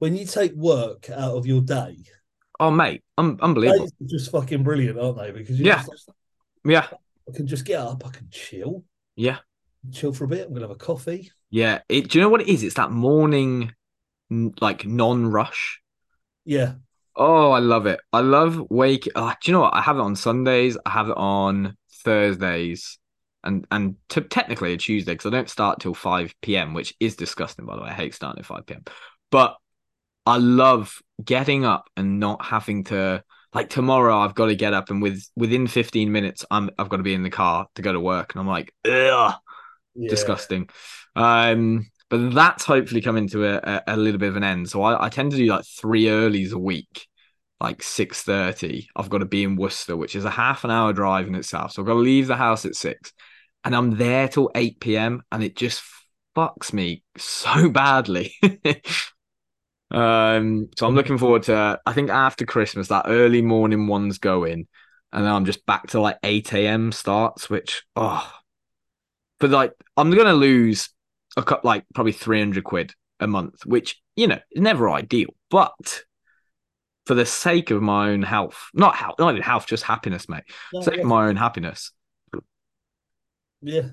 When you take work out of your day, Oh, mate, um, unbelievable. days are just fucking brilliant, aren't they? Because you're Yeah. just like, Yeah, I can just get up, I can chill, yeah, chill for a bit. I'm gonna have a coffee. yeah. It, do you know what it is? It's that morning, n- like non-rush. Yeah, Oh, I love it. I love wake. Oh, do you know what? I have it on Sundays. I have it on Thursdays, and and t- technically a Tuesday because I don't start till five p.m., which is disgusting, by the way. I hate starting at five p.m. But I love getting up and not having to like tomorrow. I've got to get up, and with within fifteen minutes, I'm I've got to be in the car to go to work, and I'm like, ugh yeah. disgusting. Um, but that's hopefully coming to a, a, a little bit of an end. So I, I tend to do like three earlies a week, like six thirty. I've got to be in Worcester, which is a half an hour drive in itself. So I've got to leave the house at six, and I'm there till eight p.m. and it just fucks me so badly. Um, so I'm looking forward to. I think after Christmas, that early morning one's going, and then I'm just back to like 8 a.m. starts, which oh, but like I'm gonna lose a cup, like probably 300 quid a month, which you know is never ideal, but for the sake of my own health, not health, not even health, just happiness, mate. No, sake of my own happiness. yeah.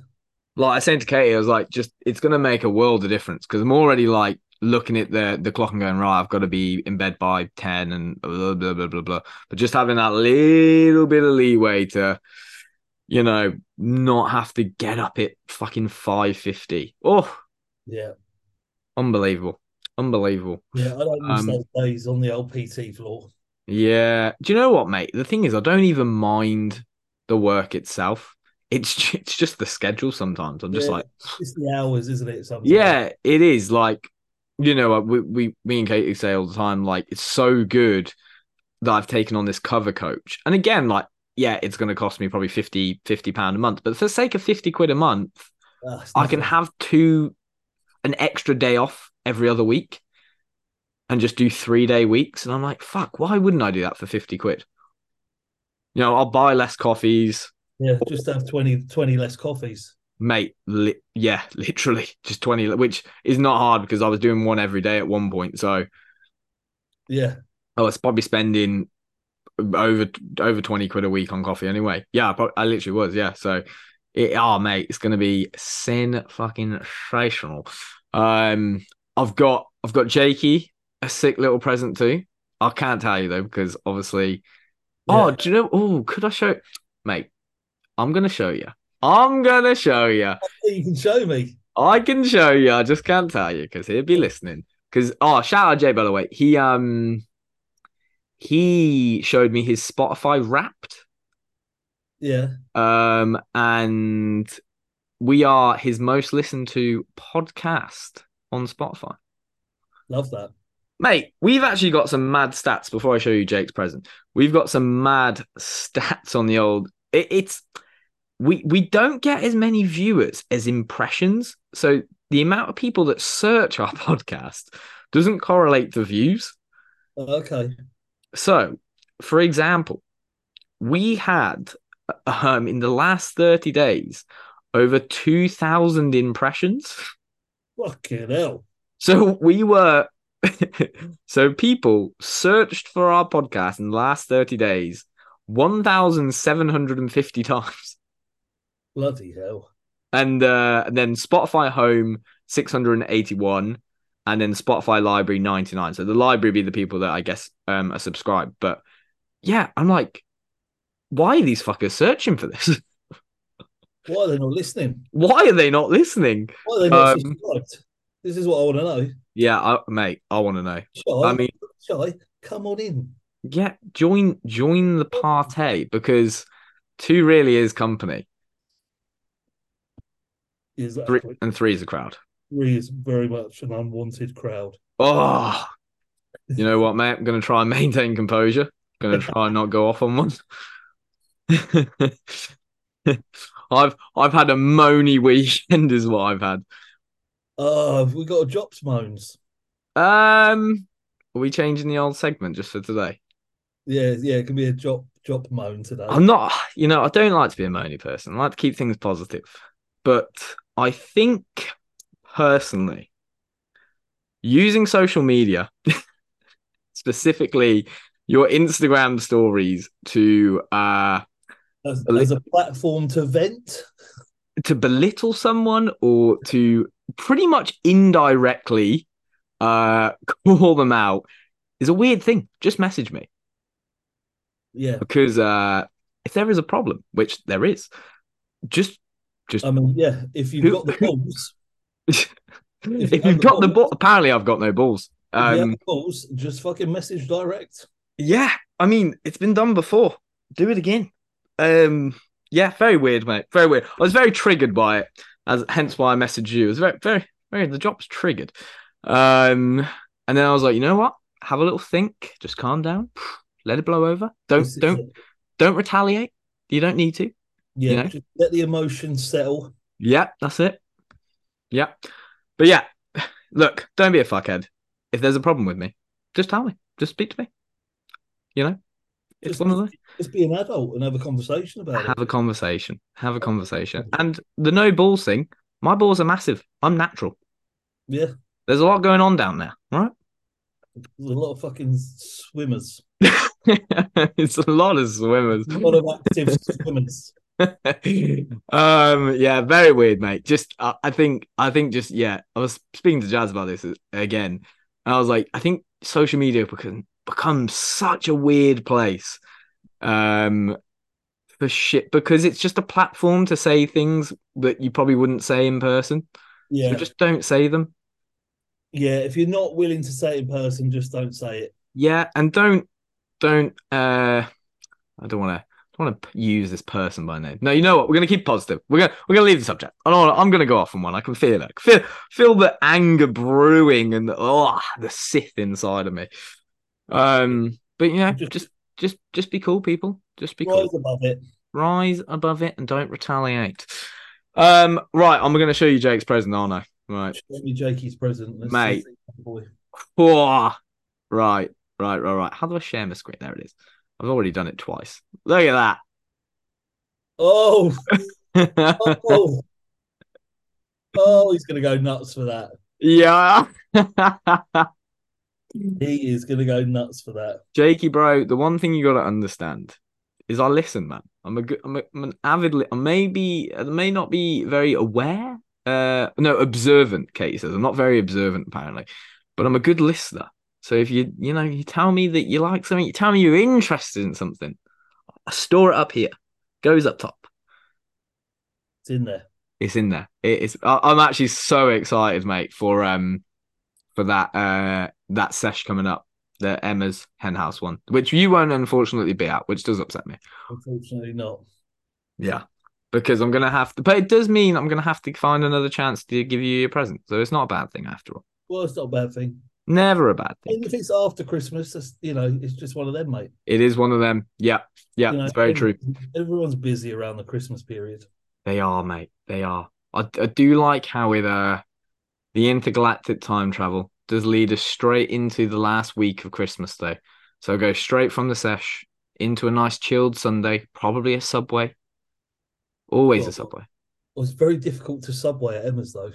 Like I said to Katie, I was like, just it's gonna make a world of difference because I'm already like looking at the the clock and going, right, I've got to be in bed by ten and blah blah blah blah blah. But just having that little bit of leeway to, you know, not have to get up at fucking five fifty. Oh, Yeah. unbelievable, unbelievable. Yeah. I don't miss Um, those days on the old PT floor. Yeah. Do you know what, mate? The thing is, I don't even mind the work itself. It's ju- it's just the schedule sometimes. I'm just Yeah. like, It's the hours, isn't it? Sometimes. yeah, it is. Like, you know, we we me and Katie say all the time, like, it's so good that I've taken on this cover coach. And again, like, yeah, it's going to cost me probably 50 50 pound a month, but for the sake of 50 quid a month, Ah, it's I can nothing. have two an extra day off every other week and just do three day weeks. And I'm like, fuck, why wouldn't I do that for 50 quid? You know, I'll buy less coffees, Yeah, just have 20, 20 less coffees. mate. Li- yeah, literally just 20, li- which is not hard because I was doing one every day at one point. So Yeah. I was Oh, probably spending over over 20 quid a week on coffee anyway. Yeah, I, prob- I literally was. Yeah. So it, oh, mate, it's going to be sin fucking sensational. Um, I've got, I've got Jakey a sick little present too. I can't tell you though, because obviously, oh, Yeah. do you know, oh, could I show, mate, I'm going to show you. I'm going to show you. You can show me. I can show you. I just can't tell you because he'll be listening. Because oh, shout out Jay by the way. He um he showed me his Spotify Wrapped. Yeah. Um, and we are his most listened to podcast on Spotify. Love that. Mate, we've actually got some mad stats before I show you Jake's present. We've got some mad stats on the old. It, it's we we don't get as many viewers as impressions, so the amount of people that search our podcast doesn't correlate to views. Okay. So, for example, we had um in the last thirty days over two thousand impressions. Fucking hell. So we were, so people searched for our podcast in the last 30 days 1,750 times. Bloody hell. And, uh, and then Spotify Home, 681. And then Spotify Library, 99. So the library be the people that I guess um, are subscribed. But yeah, I'm like, why are these fuckers searching for this? Why are they not listening? why are they not listening? Why are they not Um, subscribed? This is what I want to know. Yeah, I, mate, I want to know. Shall I mean, shall I? Come on in. yeah join join the party because two really is company Is that three and three is a crowd three is very much an unwanted crowd. oh you know what mate i'm gonna try and maintain composure gonna try and not go off on one i've i've had a moany weekend is what i've had Oh, have we got a Jops Moans? um are we changing the old segment just for today Yeah, yeah, it can be a Jop Jop Moan today. I'm not, you know, I don't like to be a moany person. I like to keep things positive. But I think personally, using social media, specifically your Instagram stories to uh as, a li- as a platform to vent. to belittle someone or to pretty much indirectly uh call them out is a weird thing. Just message me. Yeah. Because uh if there is a problem, which there is, just just I mean, yeah, if you've Who- got the balls, if you you've have the got the ball, balls. apparently I've got no balls. if you have Um, the balls, just fucking message direct. yeah. I mean, it's been done before. Do it again. Um, yeah, very weird, mate. Very weird. I was very triggered by it, as hence why I messaged you. It was very, very, very. The job's triggered. Um, and then I was like, you know what? Have a little think. Just calm down. Let it blow over. Don't, This is don't, it. don't retaliate. You don't need to. Yeah, you know? just let the emotion settle. Yeah, that's it. Yeah. But yeah, look, don't be a fuckhead. if there's a problem with me, just tell me. Just speak to me. You know, it's Just- one of those. Just be an adult and have a conversation about it. Have a conversation. Have a conversation. And the no balls thing. My balls are massive. I'm natural. Yeah. There's a lot going on down there, right? There's a lot of fucking swimmers, it's a lot of swimmers. a lot of active swimmers. um yeah very weird mate just I, I think i think just yeah i was speaking to jazz about this again and i was like i think social media become becomes such a weird place um for shit because it's just a platform to say things that you probably wouldn't say in person Yeah. so just don't say them Yeah. If you're not willing to say it in person, just don't say it. yeah and don't don't uh i don't want to don't want to use this person by name. No, you know what? We're gonna keep positive. We're gonna we're gonna leave the subject. I don't. Wanna, I'm gonna go off on one. I can feel it. I can Feel feel the anger brewing and the, oh, the Sith inside of me. Um, but you know, Just- just just just be cool, people. Just be cool Rise above it. rise above it and don't retaliate. Um, right, I'm going to show you Jake's present, aren't I? Right. Show me Jakey's present. Let's Mate. see if- boy. Whoa. Right, right, right, right. How do I share my screen? There it is. I've already done it twice. Look at Oh, that. oh, oh, he's gonna go nuts for that. yeah. He is gonna go nuts for that. Jakey, bro, the one thing you got to understand is I listen, man. I'm a good, I'm, a, I'm an avid, li- I may be, I may not be very aware. Uh, no, observant. Katie says I'm not very observant apparently, but I'm a good listener. So if you, you know, you tell me that you like something, you tell me you're interested in something, I store it up here, goes up top. It's in there. It's in there. It is. I, I'm actually so excited, mate, for um, for that uh, that sesh coming up, the Emma's Henhouse one, which you won't unfortunately be at, which does upset me. Unfortunately, not. Yeah, because I'm gonna have to, but it does mean I'm gonna have to find another chance to give you your present. So it's not a bad thing after all. Well, it's not a bad thing. Never a bad thing. And if it's after Christmas, that's, you know, it's just one of them, mate. It is one of them. Yeah, yeah, you know, it's very true. everyone- Everyone's busy around the Christmas period. They are, mate. They are. I, I do like how with uh, the intergalactic time travel does lead us straight into the last week of Christmas, though. So go straight from the sesh into a nice chilled Sunday, probably a subway. Always a Well- subway. Well, it's very difficult to subway at Emma's though.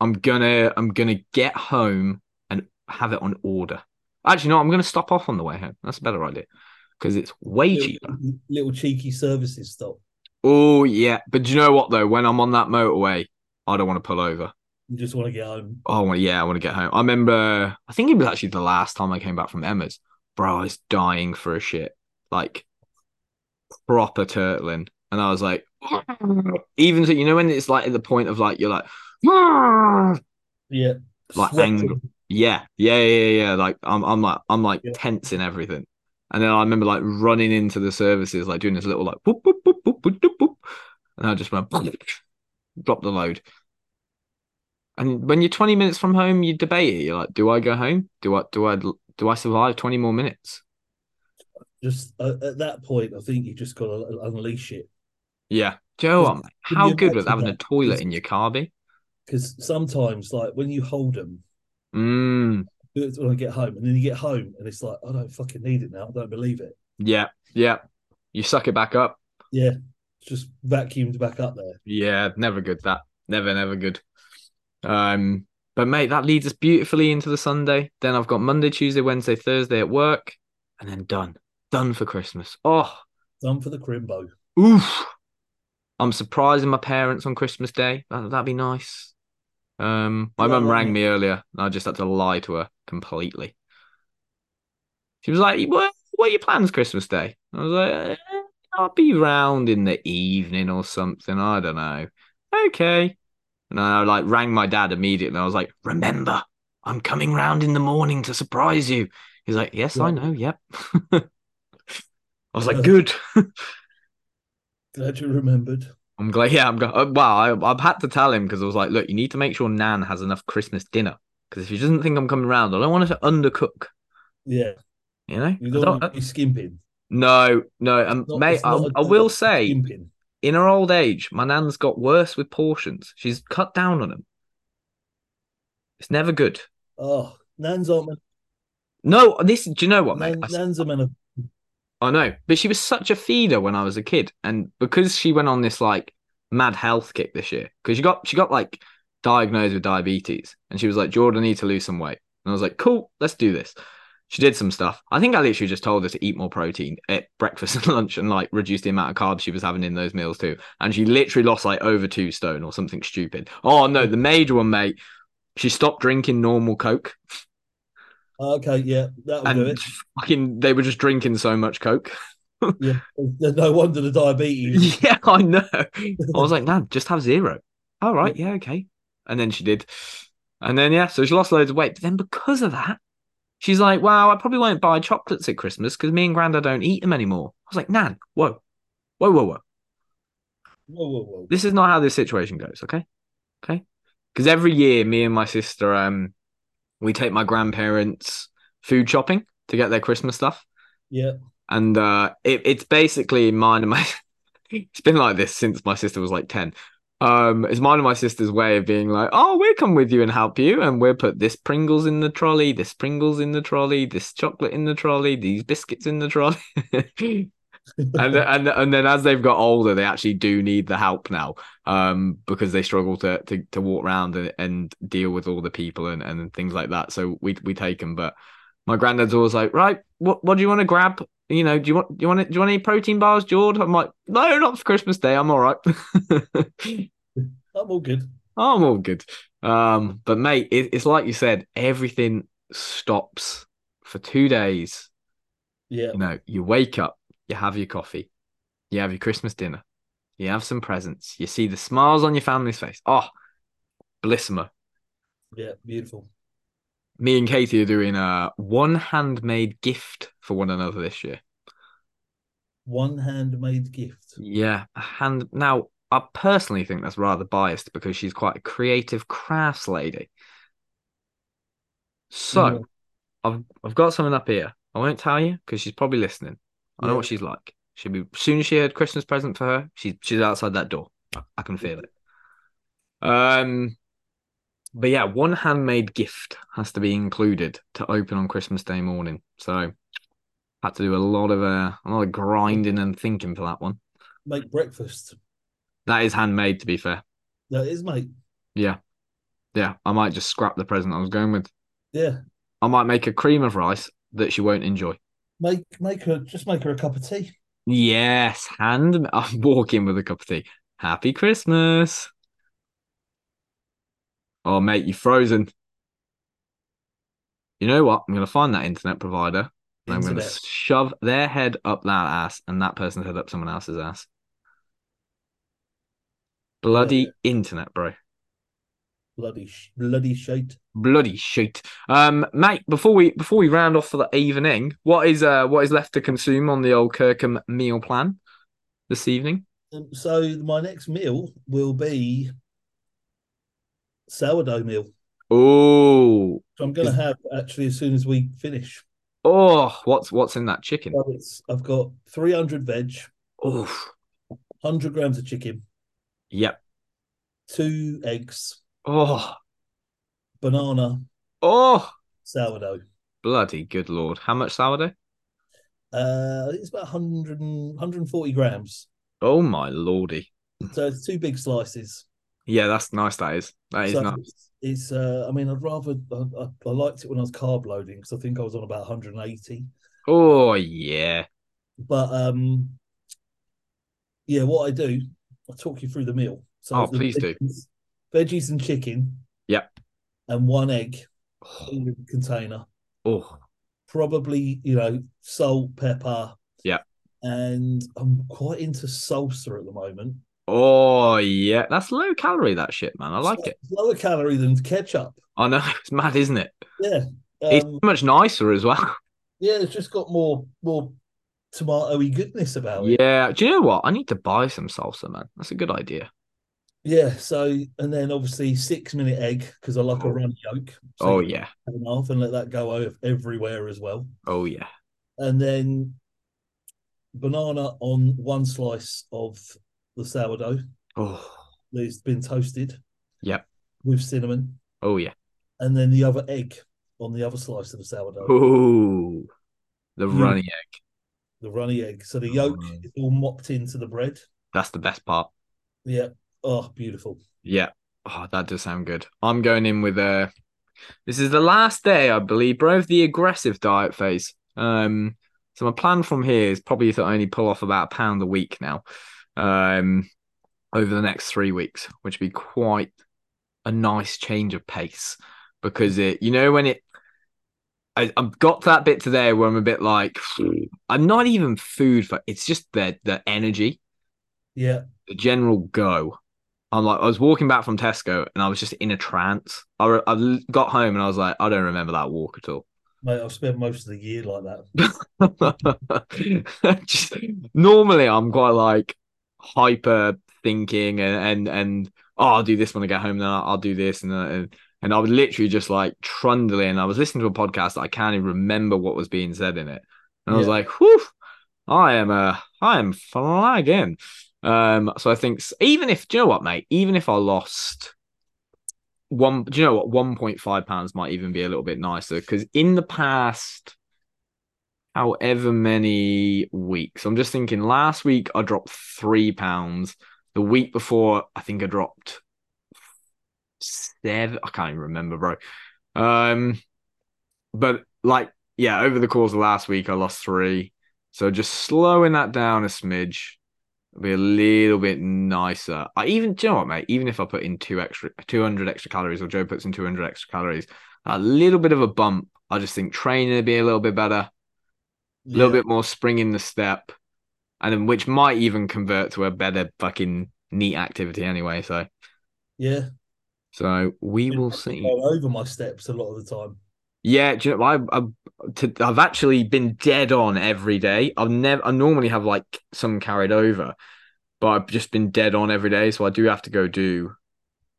I'm gonna I'm gonna get home and have it on order. Actually, no, I'm gonna stop off on the way home. That's a better idea because it's way cheaper. Little, little cheeky services stop. Oh yeah, but do you know what though? When I'm on that motorway, I don't want to pull over. You just want to get home. Oh well, yeah, I want to get home. I remember. I think it was actually the last time I came back from Emma's. Bro, I was dying for a shit, like proper turtling, and I was like, even so, you know when it's like at the point of like you're like, Yeah. Like Sweating. angry. yeah, yeah, yeah, yeah, yeah. Like I'm, I'm like, I'm like Yeah. tense in everything. And then I remember like running into the services, like doing this little like boop boop boop boop boop boop, boop and I just went drop the load. And when you're 20 minutes from home, you debate it. You're like, do I go home? Do I do I do I survive 20 more minutes? Just uh, at that point, I think you just got to unleash it Yeah. Do you know what, mate? Can How you good would imagine having a that? toilet Is- in your car be? because sometimes, like when you hold them, Mm. do it when I get home, and then you get home, and it's like I don't fucking need it now. I don't believe it. Yeah. Yeah. You suck it back up. It's just vacuumed back up there. Yeah, never good that. Never, never good. Um, but mate, that leads us beautifully into the Sunday. Then I've got Monday, Tuesday, Wednesday, Thursday at work, and then done. Done for Christmas. Oh, Done for the crimbo. oof. I'm surprising my parents on Christmas Day. That, that'd be nice. Um, my Yeah, mum wouldn't rang it? me earlier, and I just had to lie to her completely. She was like, "What? What are your plans Christmas Day?" I was like, eh, "I'll be round in the evening or something. I don't know." Okay. And I like rang my dad immediately. I was like, "Remember, I'm coming round in the morning to surprise you." He's like, "Yes, I Yeah. know. Yep." I was like, Yeah. "Good." Glad you remembered. I'm glad. Yeah, I'm. Go- uh, well, I, I've had to tell him because I was like, look, you need to make sure Nan has enough Christmas dinner because if she doesn't think I'm coming round, I don't want her to undercook. Yeah, You know. you I don't don't- want to be skimping. no, no, um, Not- mate. it's I, not a- I will say, skimping. in her old age, my nan's got worse with portions. She's cut down on them. It's never good. Oh, Nan's aren't men- No, this. Do you know what, mate? Nan- I s- Nan's a man of I know, but she was such a feeder when I was a kid, and because she went on this like mad health kick this year, because she got she got like diagnosed with diabetes, and she was like, "Jordan, I need to lose some weight," and I was like, "Cool, let's do this." She did some stuff. I think I literally just told her to eat more protein at breakfast and lunch, and like reduce the amount of carbs she was having in those meals too. And she literally lost like over two stone or something stupid. Oh no, the major one, mate. She stopped drinking normal Coke, oh, okay, yeah, that'll do and it. fucking they were just drinking so much Coke. Yeah, there's no wonder the diabetes. Yeah, I know. I was like, Nan, just have zero. All right, yeah, okay. And then she did. And then yeah, so she lost loads of weight. But then because of that, she's like, Wow, I probably won't buy chocolates at Christmas because me and Granda don't eat them anymore. I was like, Nan, whoa. Whoa, whoa, whoa. Whoa, whoa, whoa. This is not how this situation goes, okay? Okay. Because every year me and my sister, um, we take my grandparents food shopping to get their Christmas stuff. Yeah, and uh it, it's basically mine and my it's been like this since my sister was like 10 um it's mine and my sister's way of being like oh we'll come with you and help you and we'll put this pringles in the trolley this pringles in the trolley this chocolate in the trolley these biscuits in the trolley and and and then as they've got older they actually do need the help now um because they struggle to to, to walk around and, and deal with all the people and and things like that so we we take them but my granddad's always like right what what do you want to grab you know, do you want do you want it, do you want any protein bars, George? I'm like, no, not for Christmas Day. I'm all right. I'm all good. I'm all good. Um, but mate, it, it's like you said, everything stops for two days. Yeah, You know, you wake up, you have your coffee, you have your Christmas dinner, you have some presents, you see the smiles on your family's face. Oh, blissima. yeah, beautiful. Me and Katie are doing a one handmade gift for one another this year. One handmade gift. Yeah, a hand. Now, I personally think that's rather biased because she's quite a creative crafts lady. So, Mm. I've I've got something up here. I won't tell you because she's probably listening. I know Yeah. what she's like. She'll be as soon as she heard Christmas present for her, she's she's outside that door. I, I can feel it. Um, but yeah, one handmade gift has to be included to open on Christmas Day morning. So had to do a lot of uh, a lot of grinding and thinking for that one. Make breakfast. That is handmade, to be fair. That is, mate. Yeah, I might just scrap the present I was going with. Yeah, I might make a cream of rice that she won't enjoy. make make her just make her a cup of tea. Yes, hand. I'm walking with a cup of tea. Happy Christmas. Oh, mate, you're frozen. You know what? I'm going to find that internet provider and I'm going to Internet. shove their head up that ass and that person's head up someone else's ass. Bloody internet, bro. Bloody sh- bloody shite. bloody shit. Um, mate, before we before we round off for the evening, what is uh what is left to consume on the old Kirkham meal plan this evening? Um, so my next meal will be sourdough meal. Oh, So I'm going to Is- have actually as soon as we finish. oh, what's what's in that chicken? So it's I've got 300 veg, Oh, 100 grams of chicken, yep. two eggs, Oh, banana, oh, sourdough. bloody good lord! How much sourdough? Uh, I think it's about 100 and, 140 grams. Oh my lordy! So it's two big slices. Yeah, that's nice. That is that is so nice. it's, it's, uh, I mean, I'd rather, I, I, I liked it when I was carb loading because I think I was on about 180. Oh yeah. But um, yeah, what I do, I'll talk you through the meal. So Oh, the please do. veggies- Veggies and chicken. Yep. And one egg in the container. Oh, Probably, you know, salt, pepper. Yeah. And I'm quite into salsa at the moment. oh yeah. That's low calorie. That shit, man. I like So it. it's Lower calorie than ketchup. I know it's mad, isn't it? Yeah. It's Um, so much nicer as well. yeah, it's just got more more tomatoey goodness about it. Yeah. Do you know what? I need to buy some salsa, man. That's a good idea. Yeah, so and then obviously six minute egg because I like a Oh. runny yolk. So Oh you yeah. cut it in half and let that go o- everywhere as well. Oh yeah. And then banana on one slice of the sourdough Oh. that's been toasted. Yep. With cinnamon, Oh yeah. and then the other egg. on the other slice of the sourdough, Ooh, the Oh. Hmm. runny egg. the runny egg. So the yolk Mm. is all mopped into the bread. That's the best part. Yeah. Oh, beautiful. Yeah. Oh, that does sound good. I'm going in with uh this is the last day, I believe, bro, of the aggressive diet phase. Um so my plan from here is probably to only pull off about a pound a week now. Um over the next three weeks, which would be quite a nice change of pace. Because it you know when it I, I've got to that bit today where I'm a bit like I'm not even food for it's just the the energy Yeah. the general go. I'm like, I was walking back from Tesco and I was just in a trance. I, re- I l- got home and I was like, I don't remember that walk at all. Mate, I've spent most of the year like that. Just- normally, I'm quite like hyper thinking and, and, and oh, I'll do this when I get home, then I'll, I'll do this. And, uh, and, and I was literally just like trundling. I was listening to a podcast that I can't even remember what was being said in it. And I was Yeah. like, whew, I am uh, I am flagging. Um, so I think s- even if do you know what, mate, even if I lost one, do you know what, one point five pounds might even be a little bit nicer because in the past, however many weeks, I'm just thinking. Last week I dropped three pounds. The week before, I think I dropped seven. I can't even remember, bro. Um, but like, yeah, over the course of last week, I lost three. So just slowing that down a smidge would be a little bit nicer. I even, do you know what, mate? Even if I put in two extra, two hundred extra calories, or Joe puts in two hundred extra calories, a little bit of a bump. I just think training would be a little bit better, a little bit more spring in the step, and then which might even convert to a better fucking neat activity anyway. So, Yeah. so we will I've see. gone over my steps a lot of the time. Yeah, do you know, I, I, to, I've actually been dead on every day. I've never, I normally have like some carried over, but I've just been dead on every day. So I do have to go do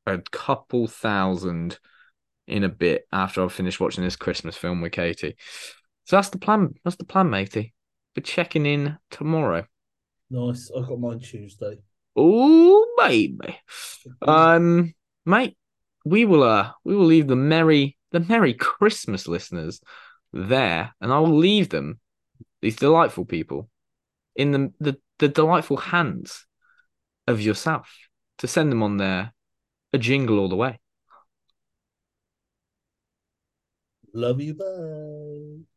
a couple thousand in a bit after I've finished watching this Christmas film with Katie. So that's the plan. That's the plan, matey. We're checking in tomorrow. Nice. I got mine Tuesday. Oh, baby. Hmm. Um, mate, we will uh we will leave the merry the merry Christmas listeners there, and I will leave them these delightful people in the the, the delightful hands of yourself to send them on their a jingle all the way. Love you. Bye.